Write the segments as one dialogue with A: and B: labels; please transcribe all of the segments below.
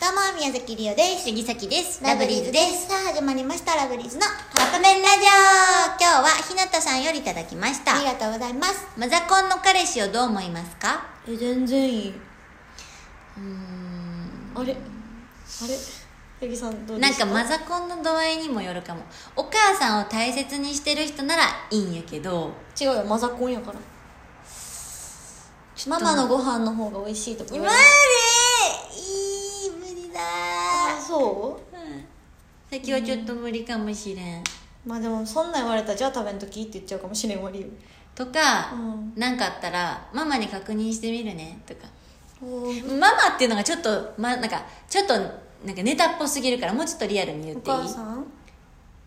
A: どうも、宮崎りおです。
B: 杉崎です
A: ラブリーズです。さあ、始まりました、ラブリーズのカップ麺ラジ
B: 今日はひなたさんよりいただきました
A: オありがとうございます。
B: マザコンの彼氏をどう思いますか
C: え全然いいう
B: ーん
C: あれあれ八木さんどうで
B: なん
C: した
B: かマザコンの度合いにもよるかもお母さんを大切にしてる人ならいいんやけど
C: 違うよマザコンやからママのご飯の方が美味しいとか言わ
B: 無
C: れる
B: 理いい無理だ
C: あそう
B: 先はちょっと無理かもしれん
C: まあでもそんなん言われたらじゃあ食べんときって言っちゃうかもしれんわりよ
B: とか
C: うん
B: 何かあったらママに確認してみるねとか
C: おー
B: ママっていうのがちょっとまなんかちょっとなんかネタっぽすぎるからもうちょっとリアルに言っ
C: お
B: ていい
C: 母さん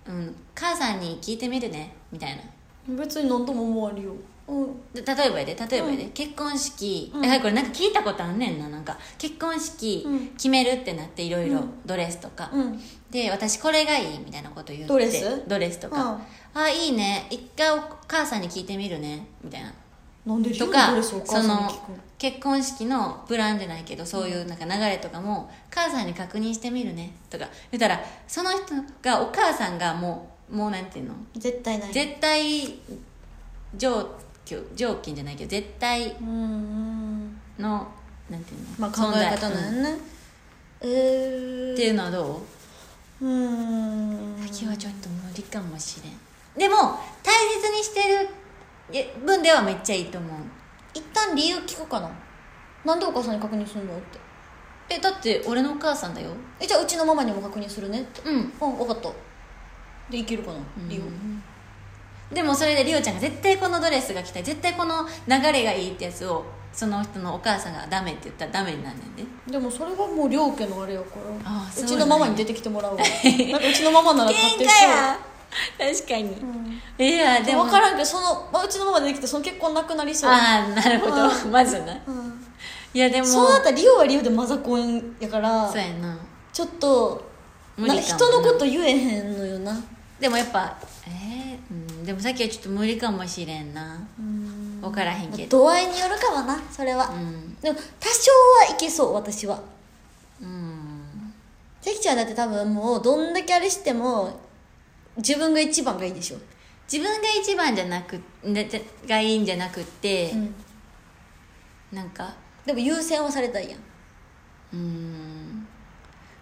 B: うん、母さんに聞いてみるねみたいな
C: 別に何とも思われるようん
B: で例えばやで例えばやで、結婚式、やはりこれなんか聞いたことあんねんななんか結婚式
C: うん
B: 決めるってなっていろいうろ
C: ん
B: ドレスとか、
C: うん
B: で私これがいいみたいなこと言って
C: ドレス
B: ドレスとか、
C: うん
B: ああいいね一回お母さんに聞いてみるねみたいな
C: なんで
B: と
C: 料理
B: か
C: ドレスお母
B: そ
C: さんに
B: の
C: 聞くの
B: 結婚式のプランじゃないけどそういうなんか流れとかも母さんに確認してみるねとか言ったらその人がお母さんがもうもうなんていうの
C: 絶対ない
B: 絶対条件条件じゃないけど絶対
C: うんうん
B: のなんていうの、
C: まあ考え方なん
B: 存在
C: やねえ
B: うん
C: ー
B: っていうのはど
C: うーん
B: う先はちょっと無理かもしれんでも大切にしてる分ではめっちゃいいと思う
C: 一旦理由聞くかななんでお母さんに確認するのって
B: えだって俺のお母さんだよ
C: えじゃあうちのママにも確認するねって
B: うん
C: うん分かったでいけるかな理由
B: でもそれでリオちゃんが絶対このドレスが着たい絶対この流れがいいってやつをその人のお母さんがダメって言ったらダメになんねんで
C: でもそれがもう両家のあれやか
B: ああ
C: ら
B: そうなんや
C: うちのママに出てきても らうわなんかうちのママなら勝手に
B: 確かに、
C: ん
B: いやで
C: でも
B: も
C: 分からんけどその、まあ、うちのママ出てきてその結婚なくなりそう
B: ああなるほど まずな
C: うん
B: いやでも
C: そうなったらリオはリオでマザコンやから
B: そうやな
C: ちょっと
B: 無理か
C: な
B: も
C: ん
B: な
C: か人のこと言えへんのよな
B: でもやっぱえー、うんでもさっきはちょっと無理かもしれんな分からへんけど
C: 度合いによるかもなそれは、
B: うん
C: でも多少はいけそう私は
B: うん
C: 関ちゃんだって多分もうどんだけあれしても自分が一番がいいでしょ、
B: 自分が一番じゃなくねてがいいんじゃなくって、なんか
C: でも優先はされたいやん
B: うん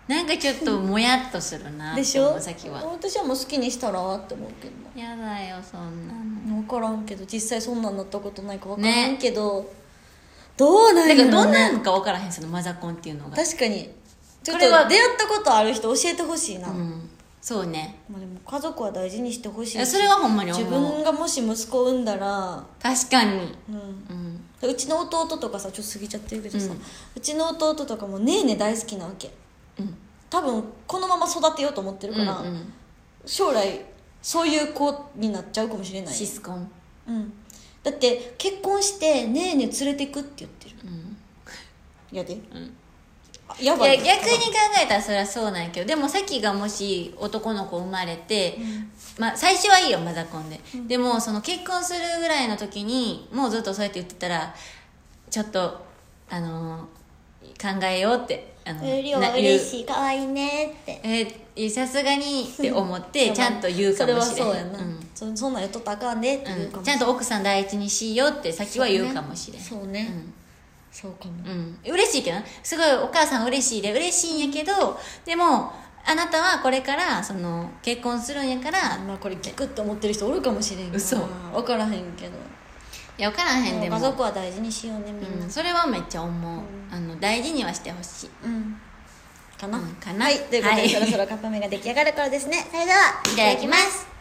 B: なんかちょっともやっとするな
C: でしょ
B: さっきは
C: 私はもう好きにしたらって思うけど
B: や
C: な
B: だよそんなの
C: 分からんけど実際そんなんなったことないか分からんけど、どうなん
B: だ
C: や
B: か
C: ろ
B: ら
C: う
B: どん
C: ね
B: なんか分からへんそのマザコンっていうのが
C: 確かにちょ
B: こと
C: っ
B: れ
C: 出
B: は
C: 会ったことある人教えてほしいな、
B: うんそうね
C: まあ、でも家族は大事にしてほし
B: い
C: い
B: や
C: し
B: それはほんまに思
C: 自
B: う
C: 分がもし息子を産んだら、
B: 確かに
C: うん、
B: うん
C: うちの弟とかさちょっと過ぎちゃってるけどさ、
B: う
C: うんちの弟とかもねえね大好きなわけ
B: うん
C: 多分このまま育てようと思ってるから、
B: うんうん
C: 将来そういう子になっちゃうかもしれない、
B: シスコン
C: うん、だって結婚してねえねえ連れてくって言ってる
B: うん
C: やで、
B: ん
C: あや
B: い
C: ば
B: や
C: い
B: 逆に考えたらそれはそうなんやけどでもさっきがもし男の子生まれて、まあ、最初はいいよマザコンで、でもその結婚するぐらいの時にもうずっとそうやって言ってたらちょっとあのー考えようってあの
A: えりお
B: な
A: は
B: 言う
A: 嬉しい、かわいいねって。
B: えーさすがにって思って
C: やばい
B: ちゃんと言うかもしれん
C: それはそうやな、
B: うん
C: そそんなんやっとったらあかんねって言うか
B: う
C: も
B: んち
C: しれ
B: ゃ
C: なんい、
B: と奥さん第一にしようって先は言うかもしれん
C: そうね
B: うん
C: そうかも、
B: うん、嬉しいけどねすごいお母さん嬉しいで嬉しいんやけどでもあなたはこれからその結婚するんやから
C: まあこれ聞くって思ってる人おるかもしれんけ
B: 嘘
C: ど分からへんけど
B: いや分からへんで
C: 家
B: も、
C: 族は大事にしようねみんな、
B: うん、それはめっちゃ思う、あの大事にはしてほしい
C: うんかな、
B: うんかな
C: はいということ
B: は
C: で、
B: い
C: そろそろカップ麺が出来上がる頃ですねそれではい
B: ただきます